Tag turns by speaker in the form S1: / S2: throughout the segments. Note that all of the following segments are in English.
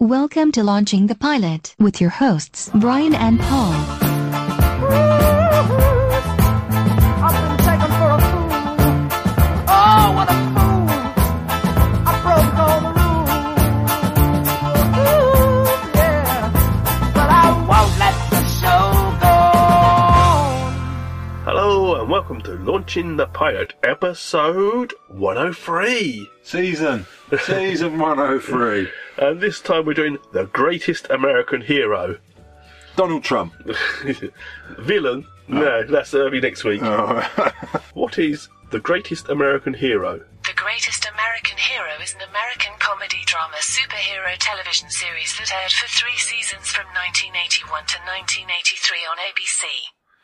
S1: Welcome to Launching the Pilot with your hosts, Brian and Paul.
S2: I've been taken for a fool. Oh, what a fool! I broke all the rules. Yeah, but I won't let the show go on.
S3: Hello and welcome to Launching the Pilot, episode 103.
S4: Season. Season 103.
S3: And this time we're doing the greatest American hero.
S4: Donald Trump. Oh.
S3: Villain? No, that's early next week. What is the greatest American hero?
S5: The Greatest American Hero is an American comedy drama superhero television series that aired for three seasons from 1981 to 1983 on ABC.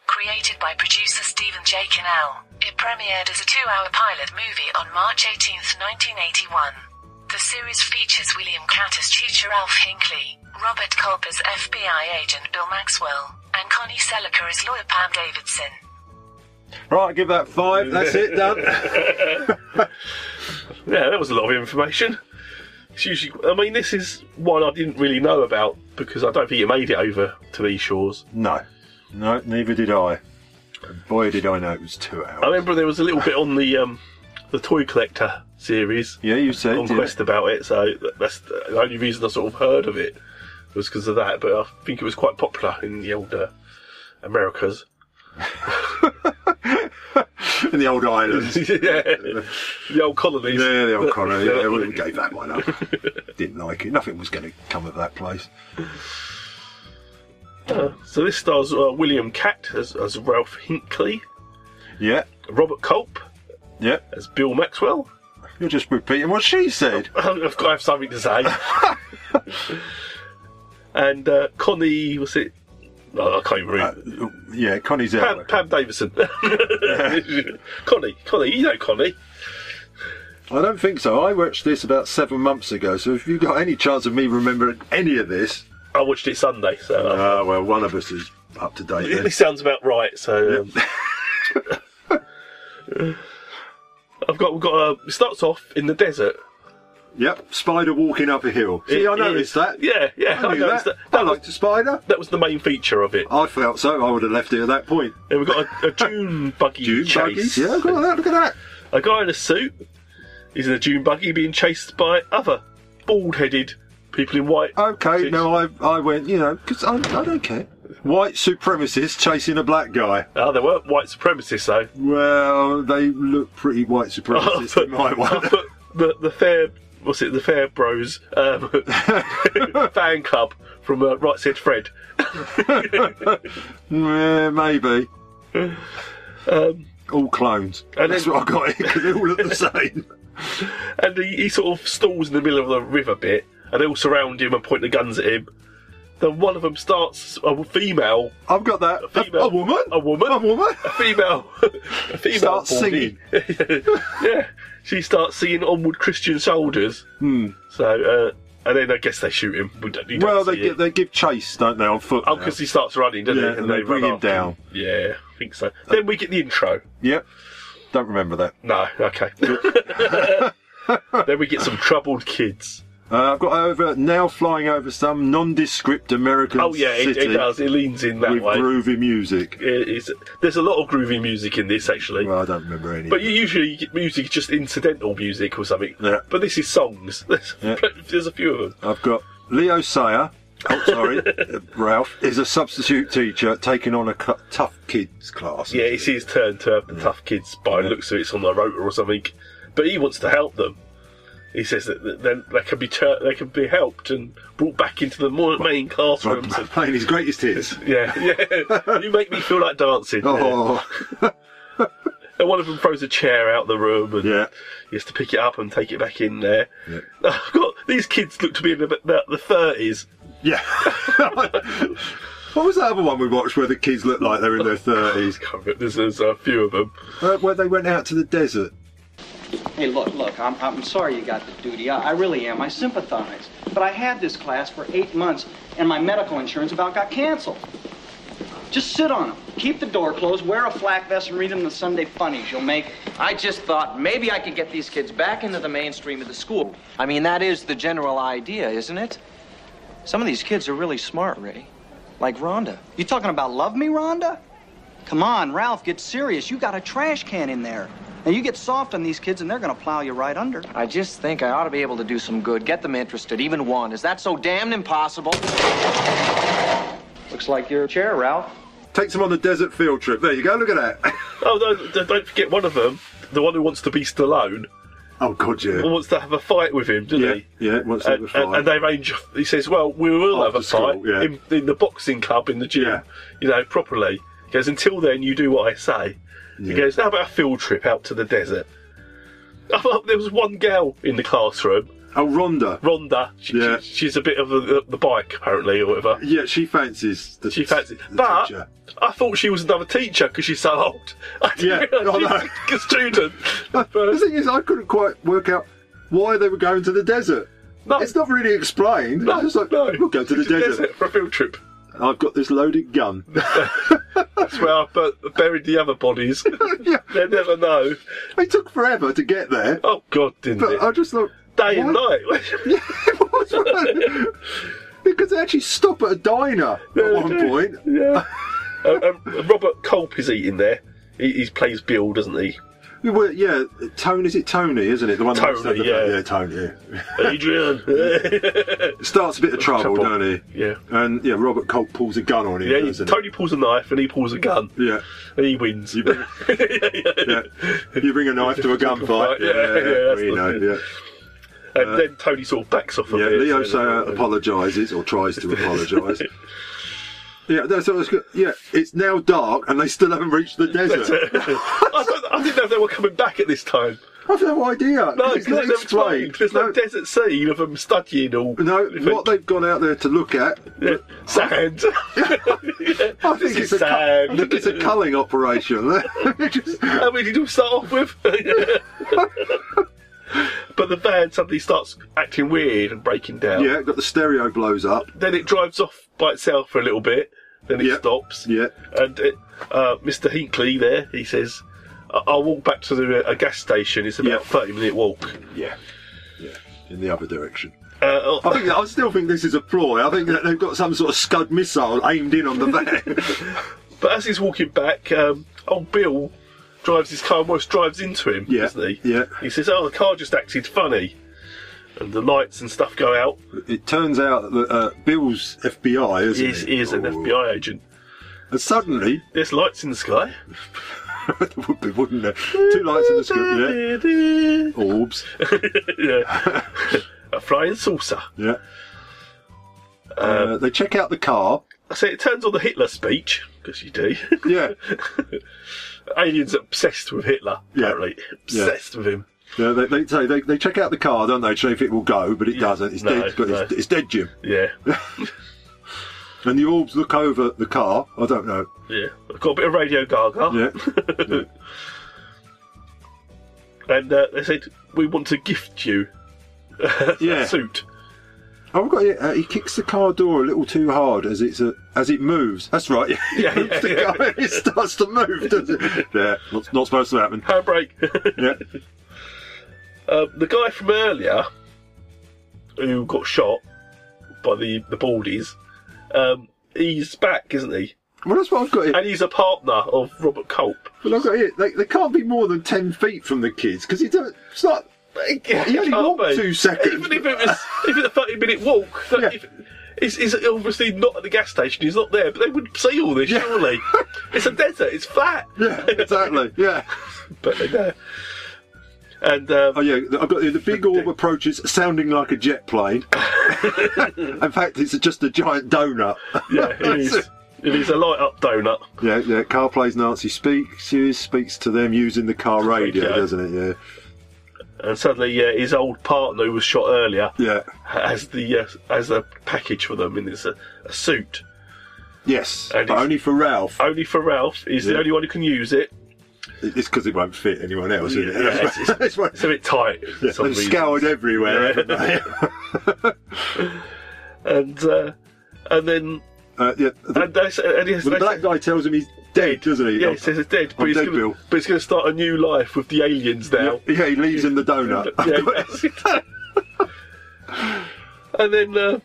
S5: Created by producer Stephen J. Cannell, it premiered as a two hour pilot movie on March 18, 1981. The series features William Catt as teacher Alf Hinckley, Robert Culp as FBI agent Bill Maxwell, and Connie Selicker as lawyer Pam Davidson.
S4: Right, give that five. That's it, done.
S3: Yeah, that was a lot of information. It's usually, I mean, this is one I didn't really know about because I don't think it made it over to these shores.
S4: No. No, neither did I. Boy, did I know it was two hours.
S3: I remember there was a little bit on the um, the toy collector series.
S4: yeah, you said.
S3: on
S4: yeah.
S3: Quest about it, so th- that's the only reason I sort of heard of it was because of that. But I think it was quite popular in the older Americas.
S4: In the old islands.
S3: yeah, the old colonies.
S4: Yeah, the old colony.
S3: Yeah.
S4: Yeah, we gave that one up. Didn't like it. Nothing was going to come of that place.
S3: So this stars uh, William Catt as, as Ralph Hinckley,
S4: Yeah,
S3: Robert Culp
S4: yeah.
S3: as Bill Maxwell.
S4: You're just repeating what she said.
S3: I've got to have something to say. and uh, Connie, was it? No, I can't even read.
S4: Uh, yeah, Connie's
S3: Pam,
S4: out.
S3: Pam Davison. Connie, Connie, you know Connie.
S4: I don't think so. I watched this about seven months ago, so if you've got any chance of me remembering any of this,
S3: I watched it Sunday, so uh,
S4: Ah, well, one of us is up to date.
S3: It
S4: Then.
S3: this sounds about right. So um, I've got. We've got. A, it starts off in the desert.
S4: Yep, spider walking up a hill. See,
S3: It
S4: I noticed
S3: is-
S4: that.
S3: Yeah, yeah.
S4: I, knew
S3: noticed
S4: that.
S3: that.
S4: I
S3: That, was,
S4: liked a spider.
S3: that was the main feature of it.
S4: I felt so. I would have left it at that point.
S3: And we've got a, a dune buggy
S4: Dune
S3: chase.
S4: buggies. Yeah, look at that. Look at that.
S3: A guy in a suit is in a dune buggy being chased by other bald-headed people in white.
S4: Okay,
S3: suits.
S4: now I I went, you know, because I, I don't care. White supremacists chasing a black guy.
S3: Ah, they weren't white supremacists though.
S4: Well, they look pretty white supremacists in my
S3: I
S4: one.
S3: put the the fair. What's it? The Fair Bros um, fan club from uh, Right Said Fred.
S4: yeah, maybe. all clones.
S3: Um, and
S4: That's
S3: then-
S4: what I got it, 'cause they all look the same.
S3: And he, he sort of stalls in the middle of the river bit, and they all surround him and point the guns at him. Then one of them starts a female,
S4: I've got that. A,
S3: female,
S4: a woman?
S3: a woman,
S4: A woman?
S3: a female, a female
S4: Starts
S3: body. yeah, she starts singing "Onward Christian Soldiers." Hmm. So, uh, and then I guess they shoot him. We don't, you don't
S4: Well, they
S3: see
S4: gi-
S3: it.
S4: they give chase, don't they, on foot?
S3: Oh,
S4: now?
S3: because he starts running, doesn't
S4: Yeah,
S3: he?
S4: and they bring
S3: run
S4: him
S3: after
S4: down.
S3: Yeah, I think so. Then we get the intro.
S4: Yep. Don't remember that.
S3: No, okay. then we get some troubled kids.
S4: Uh, I've got over now flying over some nondescript American
S3: Oh yeah, it,
S4: city
S3: it does. It leans in that
S4: with
S3: way.
S4: groovy music.
S3: It is, there's a lot of groovy music in this actually.
S4: Well, I don't remember any.
S3: But you usually get music just incidental music or something.
S4: Yeah.
S3: But this is songs. There's,
S4: Yeah.
S3: there's a few of them.
S4: I've got Leo Sayer. Oh, sorry, uh, Ralph is a substitute teacher taking on a cu- tough kids class.
S3: Yeah, it's his turn to have the tough kids by the looks of it, it's on the rotor or something. But he wants to help them. He says that that then they can be tur they can be helped and brought back into the more main classrooms. and-
S4: playing his greatest hits.
S3: yeah, yeah. you make me feel like dancing. Yeah.
S4: Oh,
S3: And one of them throws a chair out the room, and
S4: yeah.
S3: he has to pick it up and take it back in there.
S4: Yeah.
S3: I've got these kids look to be in about the thirties.
S4: Yeah. what was that other one we watched where the kids looked like they're in their 30s?
S3: There's, there's a few of them.
S4: Uh, where they went out to the desert.
S6: Hey, look, look, I'm, I'm sorry you got the duty. I, I really am. I sympathize. But I had this class for eight months, and my medical insurance about got canceled. Just sit on them. Keep the door closed, wear a flak vest, and read them the Sunday funnies. You'll make it.
S7: I just thought maybe I could get these kids back into the mainstream of the school. I mean, that is the general idea, isn't it?
S6: Some of these kids are really smart, Ray. Like Rhonda. You talking about love me, Rhonda? Come on, Ralph, get serious. You got a trash can in there. Now you get soft on these kids and they're gonna plow you right under.
S7: I just think I ought to be able to do some good, get them interested, even one. Is that so damned impossible?
S6: Looks like your chair, Ralph.
S4: Takes them on a desert field trip. There you go. Look at that.
S3: Oh no! d- Don't forget one of them, the one who wants to be Stallone,
S4: oh God,
S3: who
S4: yeah.
S3: wants to have a fight with him, doesn't
S4: Yeah,
S3: he?
S4: yeah. Once that
S3: And,
S4: was
S3: and, and
S4: fine.
S3: they arrange. He says, "Well, we will have
S4: After
S3: a
S4: school,
S3: fight
S4: yeah.
S3: in, in the boxing club in the gym,
S4: Yeah.
S3: you know, properly." He goes, "Until then, you do what I say." He
S4: Yeah.
S3: goes, "How about a field trip out to the desert?" I thought Oh, there was one girl in the classroom,
S4: Oh, Rhonda.
S3: Rhonda. She,
S4: Yeah.
S3: she- she's a bit of the, the bike apparently, or whatever.
S4: Yeah, she fancies the
S3: She fancy,
S4: the
S3: but
S4: teacher.
S3: I thought she was another teacher because she's so old. I
S4: Yeah.
S3: didn't realise
S4: Oh,
S3: she's
S4: no.
S3: a student.
S4: Uh, the thing is, I couldn't quite work out why they were going to the desert.
S3: No.
S4: It's not really explained.
S3: No,
S4: it's just like,
S3: no.
S4: we'll go to the
S3: It's a
S4: desert.
S3: for a field trip.
S4: I've got this loaded gun.
S3: That's where I bu- buried the other bodies.
S4: yeah,
S3: they never know.
S4: it took forever to get there,
S3: Oh God, didn't
S4: but
S3: it?
S4: I just thought
S3: Day and
S4: why-
S3: night.
S4: What's wrong? because they actually stop at a diner at one point.
S3: yeah. Uh, um, Robert Culp is eating there. He, he plays Bill, doesn't he?
S4: We were, yeah, Tony. Is it Tony? Isn't it the one? that
S3: Tony,
S4: was at the-
S3: yeah.
S4: yeah, Tony. Yeah.
S3: Adrian.
S4: It starts a bit of trouble,
S3: Trouble.
S4: don't he?
S3: yeah.
S4: And yeah, Robert Colt pulls a gun on him.
S3: Yeah, he-
S4: doesn't
S3: Tony pulls a knife and he pulls a gun.
S4: he? Yeah.
S3: And he wins.
S4: You bring, yeah. you bring a knife to a gunfight.
S3: Yeah, yeah, that's
S4: we
S3: the-
S4: know. Yeah, Uh,
S3: And then Tony sort of backs off a
S4: yeah.
S3: bit.
S4: Leo Sayer
S3: so-
S4: apologises or tries to apologise. Yeah, that's what I was go- Yeah, it's now dark and they still haven't reached the desert.
S3: I, don't, I didn't know they were coming back at this time.
S4: I've no idea.
S3: No,
S4: it's not
S3: because there's no time.
S4: explained.
S3: There's no,
S4: No,
S3: desert scene of them studying all.
S4: no,
S3: different-
S4: what they've gone out there to look at.
S3: Yeah, sand.
S4: I think
S3: This
S4: it's
S3: is
S4: a, cu- I
S3: sand.
S4: think it's a culling operation. Just-
S3: I mean, you do start off with. but the van suddenly starts acting weird and breaking down.
S4: yeah, got the stereo blows up.
S3: Then it drives off by itself for a little bit. Then it
S4: Yeah.
S3: stops.
S4: Yeah.
S3: And it, uh, Mr. Hinkley there, he says, "I- "I'll walk back to the, uh, a gas station. It's about
S4: Yeah.
S3: a thirty-minute walk."
S4: Yeah, yeah, in the other direction.
S3: Uh,
S4: I think I still think this is a ploy. I think that they've got some sort of Scud missile aimed in on the van.
S3: But as he's walking back, um, old Bill drives his car, almost drives into him,
S4: Yeah,
S3: doesn't he?
S4: yeah.
S3: He says, "Oh, the car just acted funny," and the lights and stuff go out.
S4: it turns out that uh, Bill's FBI isn't
S3: He's,
S4: he?
S3: he's an
S4: Or-
S3: FBI agent.
S4: And suddenly,
S3: There's lights in the sky.
S4: there would be, wouldn't there? Two lights in the sky.
S3: Yeah.
S4: Yeah. Orbs.
S3: A flying saucer.
S4: Yeah. Uh, they check out the car.
S3: So it turns on the Hitler speech because you do.
S4: Yeah.
S3: Aliens are obsessed with Hitler.
S4: Yeah.
S3: Apparently, obsessed with him.
S4: yeah they, they, say they, they check out the car, don't they? To see if it will go, but it doesn't. It's
S3: No,
S4: dead. It's, got- it's-
S3: no.
S4: it's dead, Jim.
S3: Yeah,
S4: And the orbs look over the car. I don't know.
S3: yeah. I've got a bit of Radio Gaga.
S4: Yeah.
S3: And uh, they said, "We want to gift you a
S4: Yeah.
S3: suit."
S4: Oh, I've got it. Uh, he kicks the car door a little too hard as it's a, as it moves. That's right. Yeah, it,
S3: Yeah,
S4: moves
S3: yeah,
S4: the car and it starts to move, doesn't it? Yeah, not, not supposed to happen.
S3: handbrake.
S4: Yeah,
S3: um, the guy from earlier who got shot by the the baldies, um, he's back, isn't he?
S4: well, that's what I've got here.
S3: And he's a partner of Robert Culp.
S4: Well, I've got here. They, they can't be more than ten feet from the kids because he don't. It's not. He only
S3: Can't
S4: walked
S3: be.
S4: two seconds.
S3: Even if it was if it's a thirty minute walk, that-
S4: Yeah.
S3: if, he's, he's obviously not at the gas station. He's not there, but they would see all this
S4: Yeah.
S3: surely. it's a desert. It's flat.
S4: Yeah, exactly. Yeah.
S3: But uh, they know. And um,
S4: Oh yeah, th- I've got here, the big orb approaches, sounding like a jet plane. In fact, it's just a giant donut.
S3: yeah, it is. It is a light up donut.
S4: Yeah, yeah. Car plays Nazi speaks. Speaks to them using the car radio,
S3: Radio.
S4: doesn't it?
S3: And suddenly, yeah, his old partner who was shot earlier
S4: Yeah. Yeah.
S3: has the uh, has a package for them, and it's a, a suit.
S4: Yes,
S3: And
S4: but
S3: it's-
S4: only for Ralph.
S3: Only for Ralph. He's the
S4: Yeah.
S3: only one who can use it.
S4: It's because it won't fit anyone else.
S3: Yeah,
S4: is it?
S3: it's, it's-
S4: That's why-
S3: it's a bit tight. for some
S4: They've
S3: reason.
S4: scoured everywhere. haven't they?
S3: And uh, and then
S4: Uh, yeah, the,
S3: and, they, say- and he
S4: the
S3: they
S4: black
S3: say-
S4: guy tells him he's dead, doesn't he?
S3: Yeah, he says it's dead, but
S4: I'm
S3: he's
S4: dead,
S3: gonna,
S4: Bill.
S3: but he's going to start a new life with the aliens now.
S4: Yeah, he leaves him the donut.
S3: Yeah, that's it. and then uh,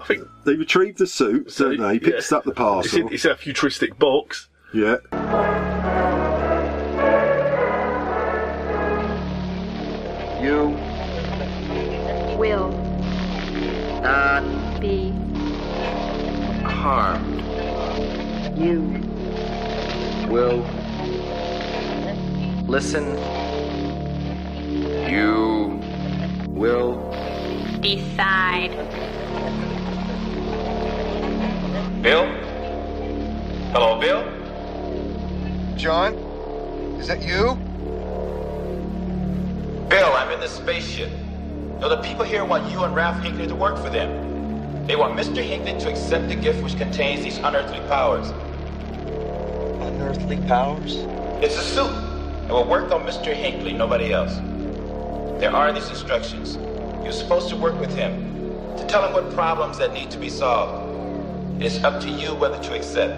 S3: I think
S4: They retrieve the suit,
S3: so,
S4: don't they? He picks
S3: yeah.
S4: up the
S3: It's
S4: parcel.
S3: in, it's in a futuristic box.
S4: yeah.
S7: You
S8: will not be
S7: harmed.
S8: you
S7: Will listen. You will
S8: decide
S9: Bill? Hello, Bill? John? Is that you? Bill, I'm in the spaceship. Now, the people here want you and Ralph Hinckley to work for them. They want Mr. Hinckley to accept the gift which contains these unearthly powers.
S10: Unearthly powers?
S9: It's a suit. It will work on Mr. Hinckley, nobody else. There are these instructions. You're supposed to work with him, to tell him what problems that need to be solved. It is up to you whether to accept.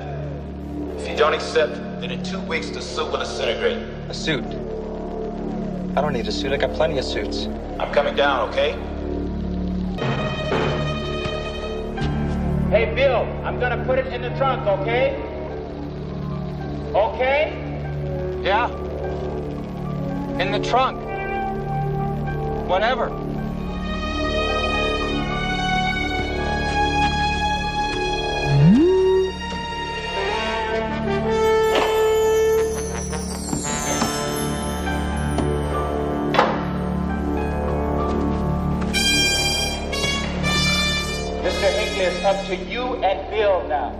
S9: If you don't accept, then in two weeks the suit will disintegrate.
S10: A suit. I don't need a suit. I got plenty of suits.
S9: I'm coming down, okay?
S11: Hey, Bill, I'm gonna put it in the trunk, okay? Okay?
S10: Yeah. In the trunk. Whatever.
S11: Mr. Hinckley, it's up to you and Bill now.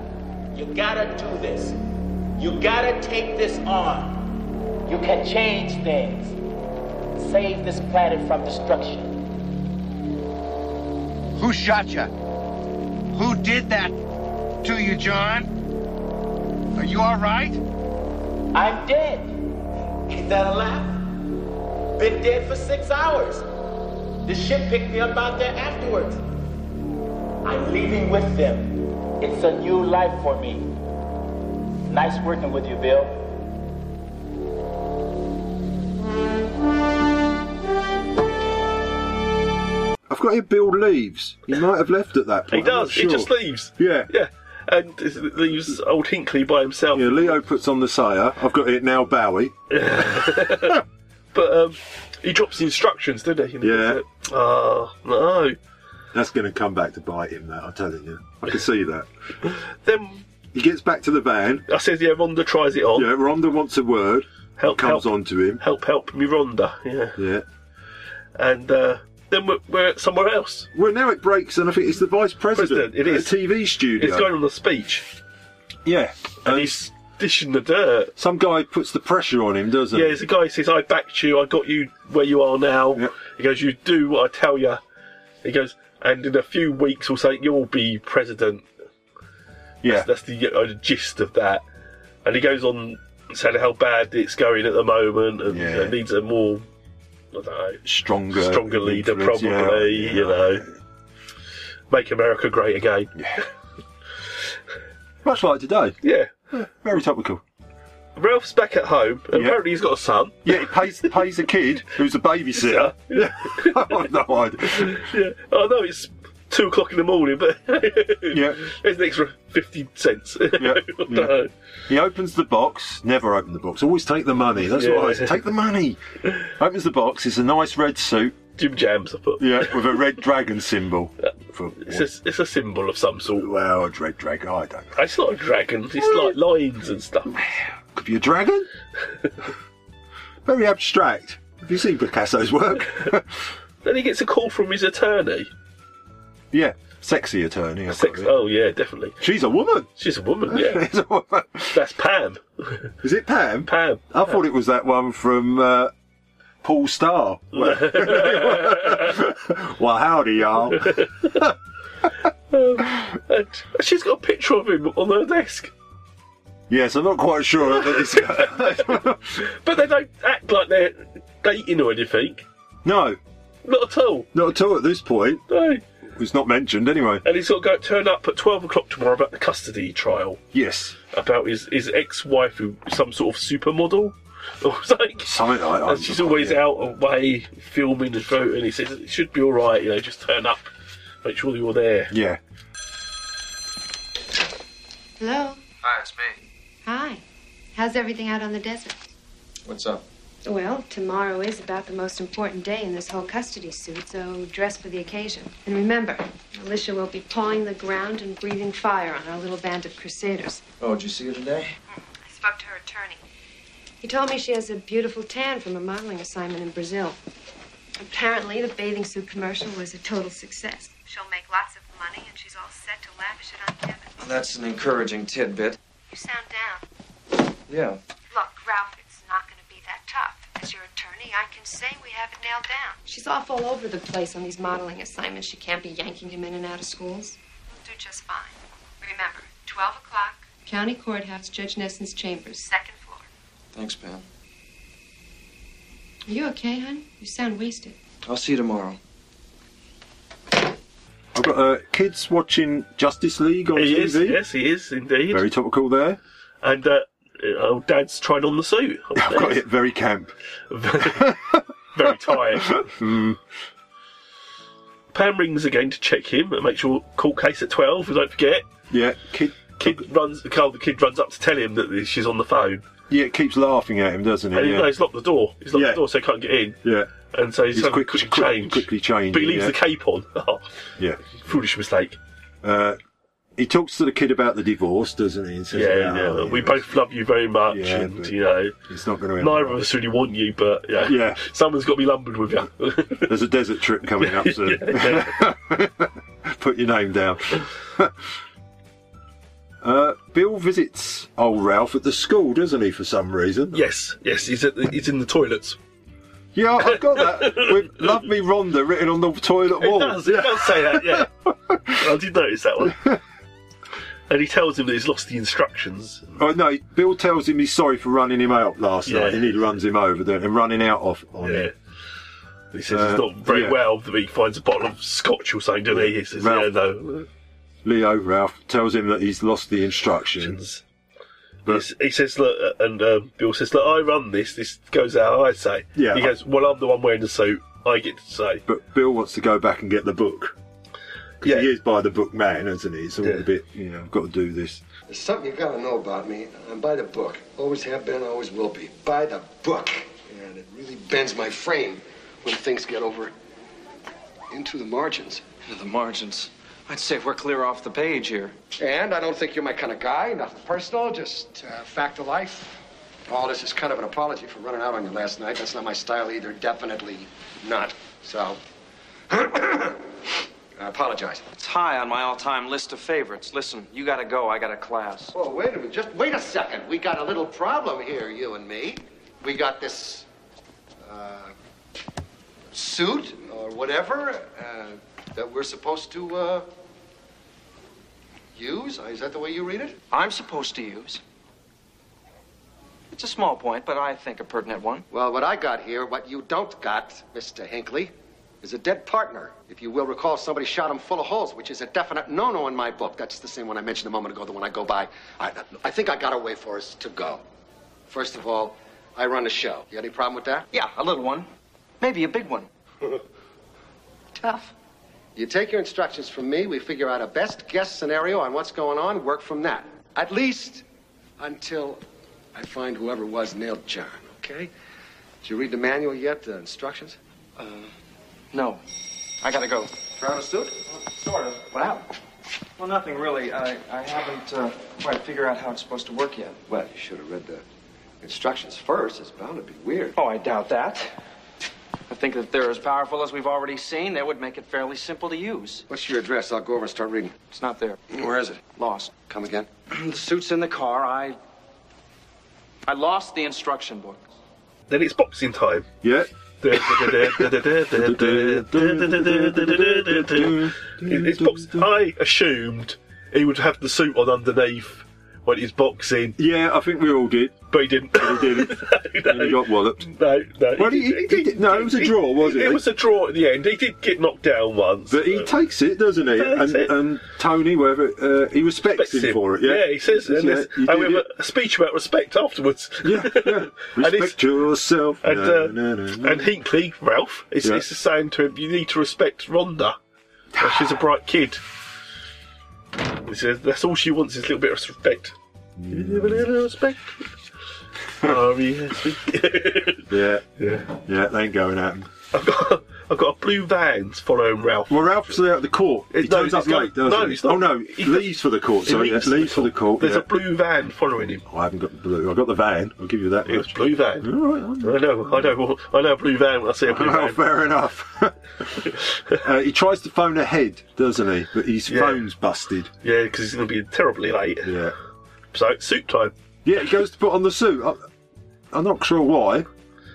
S11: You gotta do this. You gotta take this on. You can change things. Save this planet from destruction.
S10: Who shot you? Who did that to you, John? Are you all right?
S11: I'm dead. Is that a laugh? Been dead for six hours. The ship picked me up out there afterwards. I'm leaving with them. It's a new life for me. Nice working with you, Bill.
S4: I've got here Bill leaves. He might have left at that
S3: He
S4: point. I'm
S3: does.
S4: not
S3: He
S4: sure.
S3: just leaves.
S4: Yeah.
S3: Yeah. And it leaves old Hinckley by himself.
S4: Yeah, Leo puts on the sayer. I've got it now, Bowie.
S3: But um, he drops the instructions, didn't he? And he
S4: Yeah.
S3: goes, Oh, no.
S4: That's going to come back to bite him, that, I'm telling you. I can see that.
S3: Then
S4: He gets back to the van.
S3: I said, yeah, Rhonda tries it on.
S4: Yeah, Uh, Rhonda wants a word.
S3: Help,
S4: comes
S3: help.
S4: on to him.
S3: Help, help me, Rhonda. Yeah.
S4: Yeah.
S3: And uh, then we're, we're at somewhere else.
S4: Well, now it breaks, and I think it's the vice president.
S3: President, it
S4: at
S3: is.
S4: A TV studio.
S3: It's going on a speech.
S4: yeah.
S3: And he's dishing the dirt.
S4: Some guy puts the pressure on him, doesn't
S3: Yeah,
S4: he?
S3: there's a guy who says, I backed you, I got you where you are now.
S4: Yeah.
S3: He goes, You do what I tell you. He goes, And in a few weeks, we'll say, You'll be president.
S4: Yeah.
S3: That's the uh, gist of that. And he goes on saying how bad it's going at the moment and
S4: Yeah.
S3: it needs a more, I don't know,
S4: Stronger.
S3: stronger leader,
S4: influence,
S3: probably,
S4: yeah.
S3: you know. Make America great again.
S4: Much like today.
S3: Yeah.
S4: Very topical.
S3: Ralph's back at home, and
S4: Yeah.
S3: apparently he's got a son.
S4: Yeah, he pays pays a kid who's a babysitter. Yeah. I have no idea.
S3: Yeah. I know it's two o'clock in the morning, but
S4: Yeah.
S3: it's an extra fifty cents.
S4: Yeah,
S3: No.
S4: He opens the box. Never open the box. Always take the money. That's
S3: Yeah.
S4: what I say. Take the money. Opens the box. It's a nice red suit.
S3: Jim Jams, I put.
S4: Yeah, with a red dragon symbol. For,
S3: It's a, it's a symbol of some sort.
S4: well, a red dragon. I don't. know.
S3: It's not a dragon. It's like lines and stuff.
S4: Could be a dragon. Very abstract. Have you seen Picasso's work?
S3: Then he gets a call from his attorney.
S4: yeah, sexy attorney. I've got
S3: Sex.
S4: it.
S3: Oh yeah, definitely.
S4: She's a woman.
S3: She's a woman. Yeah.
S4: She's a woman.
S3: That's Pam.
S4: Is it Pam?
S3: Pam.
S4: I thought it was that one from uh, Paul Starr. well, howdy, y'all.
S3: And she's got a picture of him on her desk.
S4: Yes, I'm not quite sure that it's.
S3: But they don't act like they're dating or anything.
S4: no,
S3: Not at all.
S4: not at all at this point.
S3: No.
S4: It's not mentioned anyway.
S3: And he's got to go turn up at twelve o'clock tomorrow about the custody trial.
S4: Yes,
S3: about his, his ex-wife who some sort of supermodel or something.
S4: something like that.
S3: And she's always out away filming and photo, and he says it should be all right. You know, just turn up, make sure you're there.
S4: Yeah.
S12: Hello.
S13: Hi, it's me.
S12: Hi. How's everything out on the desert?
S13: What's up?
S12: Well, tomorrow is about the most important day in this whole custody suit, so dress for the occasion. And remember, Alicia will be pawing the ground and breathing fire on our little band of crusaders.
S13: Oh, did you see her today?
S12: I spoke to her attorney. He told me she has a beautiful tan from a modeling assignment in Brazil. Apparently, the bathing suit commercial was a total success. She'll make lots of money, and she's all set to lavish it on Kevin.
S13: Well, that's an encouraging tidbit.
S12: You sound down.
S13: Yeah.
S12: Look, Ralph, it's not going to be that tough. As your attorney, I can say we have it nailed down. She's off all over the place on these modeling assignments. She can't be yanking him in and out of schools. We'll do just fine. Remember, 12 o'clock. County Courthouse, Judge Nelson's chambers, second floor.
S13: Thanks, Pam.
S12: Are you okay, hon? You sound wasted.
S13: I'll see you tomorrow.
S4: I've got uh, kids watching Justice League on
S3: He
S4: TV.
S3: is, yes, he is indeed.
S4: Very topical there.
S3: And uh, old Dad's tried on the suit.
S4: I've got it very camp.
S3: Very tired. Pam rings again to check him and make sure court case at twelve. We don't forget.
S4: Yeah, kid.
S3: Kid runs. Carl, the kid runs up to tell him that she's on the phone,
S4: Yeah, it keeps laughing at him, doesn't it?
S3: and he,
S4: yeah.
S3: no, he's locked the door. He's locked the door, so he can't get in.
S4: Yeah.
S3: And so
S4: He's
S3: he's, um, having
S4: quick-
S3: a quick,
S4: quick-
S3: change,
S4: quickly changing,
S3: But he leaves
S4: yeah.
S3: the cape on. Oh,
S4: yeah.
S3: foolish mistake.
S4: Uh, he talks to the kid about the divorce, doesn't he? And says,
S3: yeah, yeah.
S4: "Oh,
S3: We both love you very much,
S4: Yeah,
S3: and
S4: but
S3: you know,
S4: It's not going to end.
S3: neither of us really want you, but yeah,
S4: Yeah.
S3: someone's got to be lumbered with you.
S4: There's a desert trip coming up soon. Put your name down. uh, Bill visits old Ralph at the school, doesn't he, for some reason?
S3: Yes, yes, he's, at the, he's in the toilets.
S4: Yeah, Oh, I've got that. With Love Me Rhonda written on the toilet wall.
S3: It does, it does say that, yeah. I did notice that one. And he tells him that he's lost the instructions.
S4: Oh no, Bill tells him he's sorry for running him out last
S3: Yeah.
S4: night. and He nearly runs him over there and running out off on
S3: Yeah.
S4: him.
S3: He says
S4: Uh,
S3: it's not very
S4: yeah.
S3: well that he finds a bottle of scotch or something, doesn't he? He says,
S4: Ralph.
S3: yeah, no.
S4: Leo Ralph tells him that he's lost the instructions.
S3: He's- He says, look, and uh, Bill says, look, I run this, this goes out, I say.
S4: Yeah.
S3: He goes, well, I'm the one wearing the suit, I get to say.
S4: But Bill wants to go back and get the book. 'Cause
S3: Yeah.
S4: He is by the book man, isn't he? It's all a bit, you know, I've got to do this.
S14: There's something you gotta know about me. I'm by the book. Always have been, always will be. By the book. And it really bends my frame when things get over into the margins.
S7: Into the margins. I'd say we're clear off the page here.
S14: And I don't think you're my kind of guy. Nothing personal, just uh, fact of life. All this is kind of an apology for running out on you last night. That's not my style either. Definitely not. So, I apologize.
S7: It's high on my all-time list of favorites. Listen, you gotta go. I got a class.
S14: Well, Oh, wait a minute. Just wait a second. We got a little problem here, you and me. We got this uh, suit or whatever uh, that we're supposed to uh, use. Is that the way you read it?
S7: I'm supposed to use. It's a small point, but I think a pertinent one.
S14: Well, what I got here, what you don't got, Mr. Hinckley, is a dead partner. If you will recall, somebody shot him full of holes, which is a definite no-no in my book. That's the same one I mentioned a moment ago, the one I go by. I, I think I got a way for us to go. First of all, I run the show. You got any problem with that?
S7: Yeah, a little one. Maybe a big one. Tough.
S14: You take your instructions from me, we figure out a best guess scenario on what's going on, work from that. At least until I find whoever was nailed John, okay? Did you read the manual yet, the instructions? Uh,
S7: no. I gotta go.
S14: Proud of suit?
S7: Sort of. Wow. Well, nothing really. I, I haven't uh, quite figured out how it's supposed to work yet.
S14: Well, you should have read the instructions first. It's bound to be weird.
S7: Oh, I doubt that. I think that they're as powerful as we've already seen. That would make it fairly simple to use.
S14: What's your address? I'll go over and start reading.
S7: It's not there.
S14: Where is it?
S7: Lost.
S14: Come again?
S7: the suit's in the car. I. I lost the instruction book.
S3: Then it's boxing time.
S4: Yeah.
S3: it's box- I assumed he would have the suit on underneath when he's boxing.
S4: Yeah, I think we all did.
S3: But he didn't.
S4: He didn't. and he got walloped.
S3: No, no.
S4: Well, he- he did- no, it was a draw, was it?
S3: It was a draw at the end. He did get knocked down once.
S4: But he takes it, doesn't he?
S3: Takes
S4: And,
S3: it.
S4: and Tony, whether uh, he respects,
S3: Respects
S4: him for it. Yeah,
S3: he says, and
S4: Yeah,
S3: there's-
S4: you did
S3: and we have
S4: it.
S3: a speech about respect afterwards. Yeah, yeah. and, it's-
S4: respect yourself.
S3: and,
S4: No,
S3: uh,
S4: no, no, no.
S3: and Hinkley, Ralph, is,
S4: Yeah.
S3: is saying to him, you need to respect Rhonda. She's a bright kid. He says that's all she wants is a little bit of respect. Give you a little respect. oh yes, we
S4: Yeah, yeah, yeah. They ain't going at him.
S3: I've got a blue van following Ralph.
S4: Well, Ralph's there at the court. He
S3: It- no,
S4: turns up
S3: he's going-
S4: late, doesn't
S3: no,
S4: he?
S3: he's not.
S4: Oh no,
S3: He-
S4: leaves for the court.
S3: He
S4: So
S3: leaves
S4: leaves, leaves for the court.
S3: There's
S4: yeah.
S3: a blue van following him.
S4: Oh, I haven't got the blue. I've got the van. I'll give you that.
S3: It's blue van. I know, I know, I know a blue van when I see a blue
S4: Well,
S3: van.
S4: fair enough. uh, he tries to phone ahead, doesn't he? But his phone's busted.
S3: Yeah, because he's going to be terribly late.
S4: Yeah.
S3: So it's suit time.
S4: Yeah, he goes to put on the suit. Uh, I, I'm not sure why.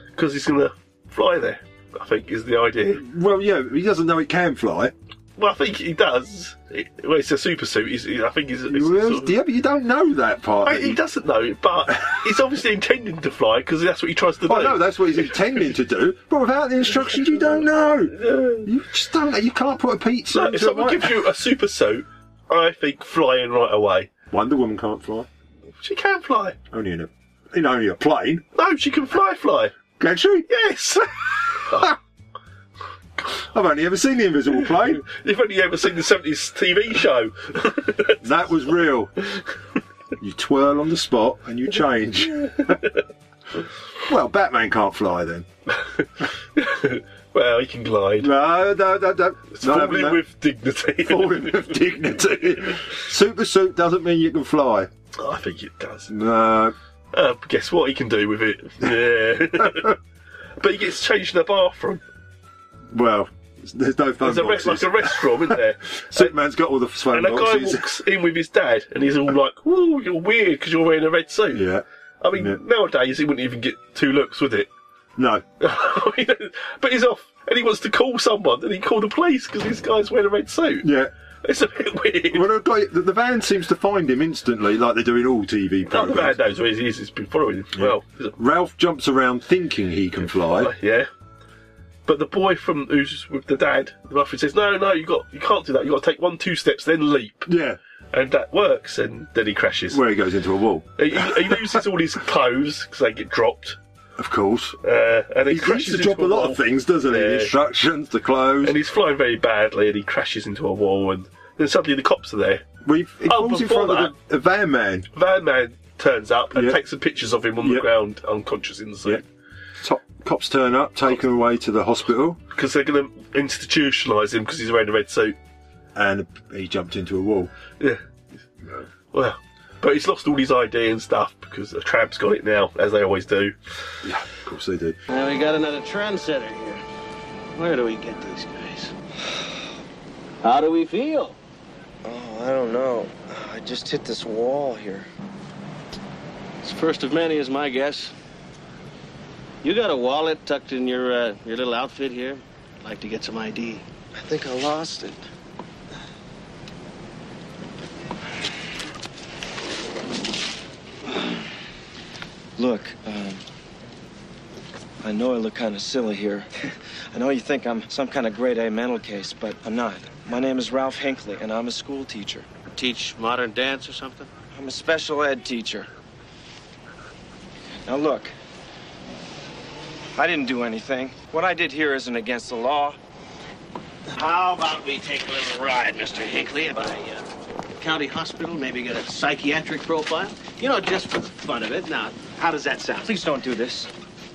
S3: Because he's going to fly there. I think is the idea.
S4: Well, yeah, he doesn't know it can fly.
S3: Well, I think he does. It, well, it's a super suit. He's, he- I think he's. he's
S4: Well,
S3: sort of-
S4: yeah, but you don't know that part.
S3: I- he doesn't know, but he's obviously intending to fly because that's what he tries to do.
S4: I know that's what he's intending to do, but without the instructions, you don't know. You just don't. know. You can't put a pizza.
S3: So
S4: into
S3: if
S4: a
S3: someone
S4: right-
S3: gives you a super suit, I think flying right away.
S4: Wonder Woman can't fly.
S3: She can fly.
S4: Only in a, in only a plane.
S3: No, she can fly, fly.
S4: Can she?
S3: Yes.
S4: I've only ever seen the invisible plane.
S3: You've only ever seen the 70s TV show.
S4: that was real. You twirl on the spot and you change. well, Batman can't fly then.
S3: well, he can glide.
S4: No, no, no, no. No,
S3: Falling
S4: no.
S3: with dignity.
S4: Falling with dignity. Super suit doesn't mean you can fly.
S3: I think it does.
S4: No.
S3: Uh, guess what he can do with it? Yeah. but he gets changed in the bathroom.
S4: Well, there's no phone
S3: There's a rest,
S4: boxes.
S3: like a restroom, isn't there?
S4: Superman's got all the phone
S3: And a guy
S4: boxes.
S3: walks in with his dad, and he's all like, "Whoa, you're weird because you're wearing a red suit."
S4: Yeah.
S3: I mean,
S4: Yeah.
S3: nowadays he wouldn't even get two looks, would it?
S4: No.
S3: but he's off, and he wants to call someone, and he called the police because this guy's wearing a red suit.
S4: Yeah.
S3: It's a bit weird.
S4: Well, the, guy, the, the van seems to find him instantly, like they do in all TV
S3: Not the man
S4: programs.
S3: knows where he is. He's been following him. Well,
S4: Ralph jumps around thinking he can fly.
S3: yeah. But the boy from who's with the dad, the muffin says, "No, no, you got, you can't do that. You got to take one, two steps, then leap."
S4: Yeah.
S3: And that works, and then he crashes.
S4: Where he goes into a wall,
S3: He, he loses all his clothes because they get dropped.
S4: of course.
S3: Uh, and he
S4: He
S3: crashes
S4: used to
S3: into
S4: drop a lot
S3: wall.
S4: of things, doesn't he? The Instructions, the clothes.
S3: And he's flying very badly, and he crashes into a wall, and then suddenly the cops are there.
S4: We he
S3: oh,
S4: falls in
S3: before
S4: front of the, a van man.
S3: Van Man turns up and
S4: Yeah.
S3: takes some pictures of him on the ground, unconscious in the suit,
S4: Top, cops turn up, take him away to the hospital,
S3: because they're going to institutionalise him because he's wearing a red suit.
S4: and he jumped into a wall.
S3: Yeah. Well, but he's lost all his ID and stuff because the tramps got it now, as they always do.
S4: Yeah, of course they do.
S15: Now we got another trendsetter here. Where do we get these guys? How do we feel?
S13: Oh, I don't know. I just hit this wall here.
S15: It's first of many, is my guess. You got a wallet tucked in your uh, your little outfit here? I'd like to get some ID.
S13: I think I lost it. Look, um, I know I look kind of silly here. I know you think I'm some kind of grade A mental case, but I'm not. My name is Ralph Hinckley, and I'm a school teacher.
S15: Teach modern dance or something?
S13: I'm a special ed teacher. Now look, I didn't do anything. What I did here isn't against the law.
S15: How about we take a little ride, Mr. Hinckley, by uh, county hospital? Maybe get a psychiatric profile? You know, just for the fun of it. Now, how does that sound?
S13: Please don't do this.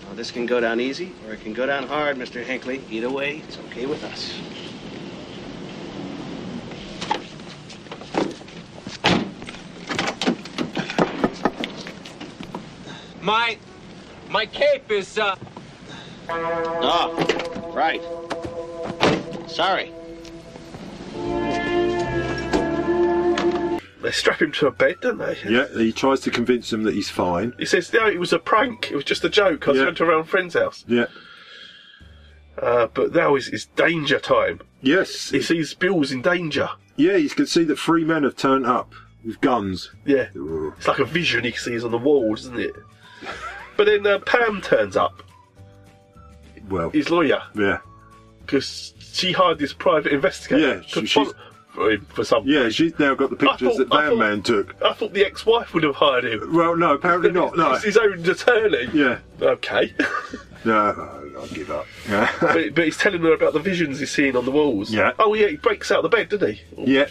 S15: Now, this can go down easy, or it can go down hard, Mr. Hinckley. Either way, it's okay with us.
S16: My my cape is uh
S15: Ah, right. Sorry.
S3: They strap him to a bed, don't they?
S4: Yeah, he tries to convince him that he's fine.
S3: He says, no, it was a prank. It was just a joke. I was
S4: Yeah.
S3: going to around friend's house.
S4: Yeah.
S3: Uh, but now is, is danger time.
S4: Yes.
S3: He sees Bill's in danger.
S4: Yeah, he can see that three men have turned up with guns.
S3: Yeah. It's like a vision he sees on the walls, isn't it? But then uh, Pam turns up,
S4: Well,
S3: his lawyer,
S4: yeah.
S3: because she hired this private investigator.
S4: Yeah,
S3: to
S4: she- she's-
S3: follow him for some.
S4: Yeah, she's now got the pictures
S3: thought-
S4: that
S3: I
S4: Van
S3: thought-
S4: Man took.
S3: I thought the ex-wife would have hired him.
S4: Well, no, apparently not. No.
S3: It's his own attorney.
S4: Yeah.
S3: Okay.
S4: No, I'll give up.
S3: but, but he's telling her about the visions he's seeing on the walls.
S4: Yeah.
S3: Oh yeah, he breaks out of the bed, doesn't he?
S4: Yeah.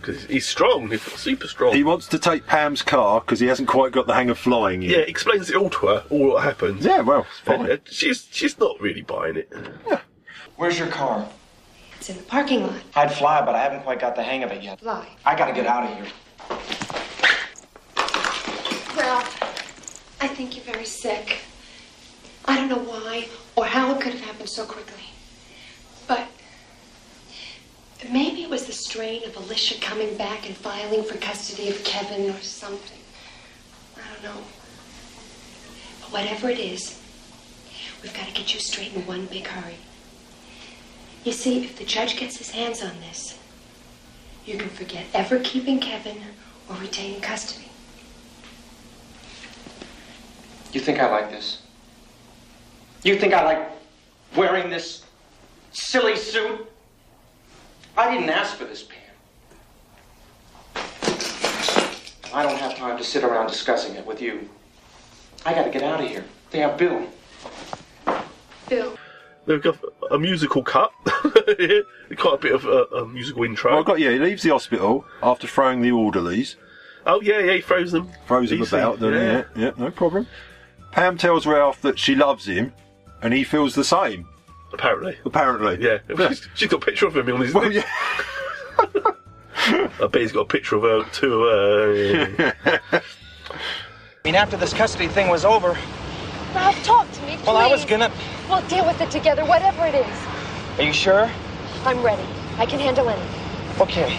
S3: Because he's strong, he's super strong.
S4: He wants to take Pam's car because he hasn't quite got the hang of flying
S3: yeah,
S4: yet.
S3: it explains it all to her, all what happens. Yeah,
S4: well,
S3: fine. she's she's not really buying it.
S7: Where's your car?
S12: It's in the parking lot.
S7: I'd fly, but I haven't quite got the hang of it yet.
S12: Fly.
S7: I gotta get out of here.
S12: Ralph, I think you're very sick. I don't know why or how it could have happened so quickly. But maybe it was the strain of Alicia coming back and filing for custody of Kevin or something. I don't know. But whatever it is, we've got to get you straight in one big hurry. You see, if the judge gets his hands on this, you can forget ever keeping Kevin or retaining custody.
S7: You think I like this? You think I like wearing this silly suit? I didn't ask for this, Pam. I don't have time to sit around discussing it with you. I gotta get out of here. They have Bill.
S3: They've got a musical cut, quite a bit of a, a musical intro.
S4: Well, I got yeah. He leaves the hospital after throwing the orderlies,
S3: Oh yeah, yeah, he throws them.
S4: throws them
S3: Easy,
S4: about. doesn't he?
S3: yeah.
S4: Yeah. yeah, no problem. Pam tells Ralph that she loves him, and he feels the same.
S3: Apparently,
S4: apparently,
S3: yeah. She's, she's got a picture of him on his.
S4: Well, yeah.
S3: I bet he's got a picture of her too. Uh,
S17: I mean, after this custody thing was over,
S18: Ralph, talk to me, please.
S17: well, I was gonna.
S18: We'll deal with it together, whatever it is.
S17: Are you sure?
S18: I'm ready. I can handle anything.
S17: Okay.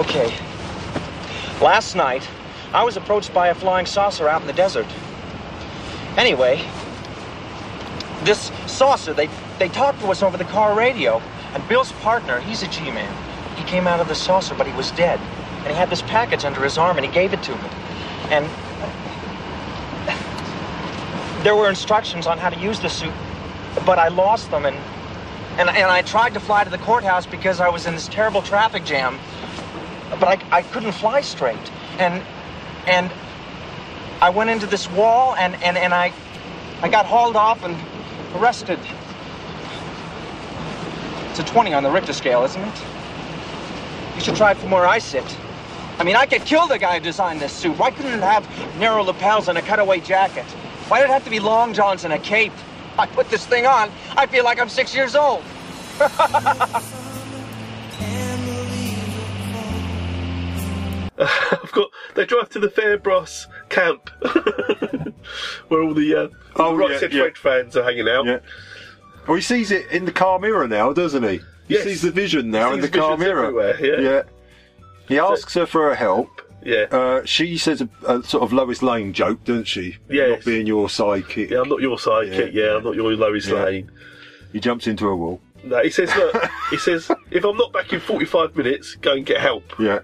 S17: Okay. Last night, I was approached by a flying saucer out in the desert. Anyway, this saucer, they, they talked to us over the car radio. And Bill's partner, he's a G man. He came out of the saucer, but he was dead. And he had this package under his arm and he gave it to me. And there were instructions on how to use the suit, but I lost them and and, and I tried to fly to the courthouse because I was in this terrible traffic jam, but I, I couldn't fly straight. And and I went into this wall and, and, and I I got hauled off and arrested. It's a 20 on the Richter scale, isn't it? You should try it from where I sit. I mean, I could kill the guy who designed this suit. Why couldn't it have narrow lapels and a cutaway jacket? Why did it have to be long johns and a cape? I put this thing on, I feel like I'm six years old.
S3: I've got. They drive to the Fairbross camp, where all the uh, all the Right
S4: Oh, yeah,
S3: Said
S4: yeah.
S3: Fred fans are hanging out.
S4: Yeah. Well, he sees it in the car mirror now, doesn't he? He
S3: Yes.
S4: sees the vision now
S3: He
S4: in the
S3: sees
S4: car
S3: visions
S4: mirror.
S3: everywhere, yeah.
S4: He asks her for her help.
S3: Yeah.
S4: Uh, she says a, a sort of Lois Lane joke, doesn't she?
S3: Yes.
S4: Not being your sidekick.
S3: Yeah, I'm not your sidekick. Yeah, I'm not your Lois
S4: Yeah.
S3: Lane.
S4: He jumps into a wall.
S3: No, he says, look, he says, if I'm not back in 45 minutes, go and get help.
S4: Yeah.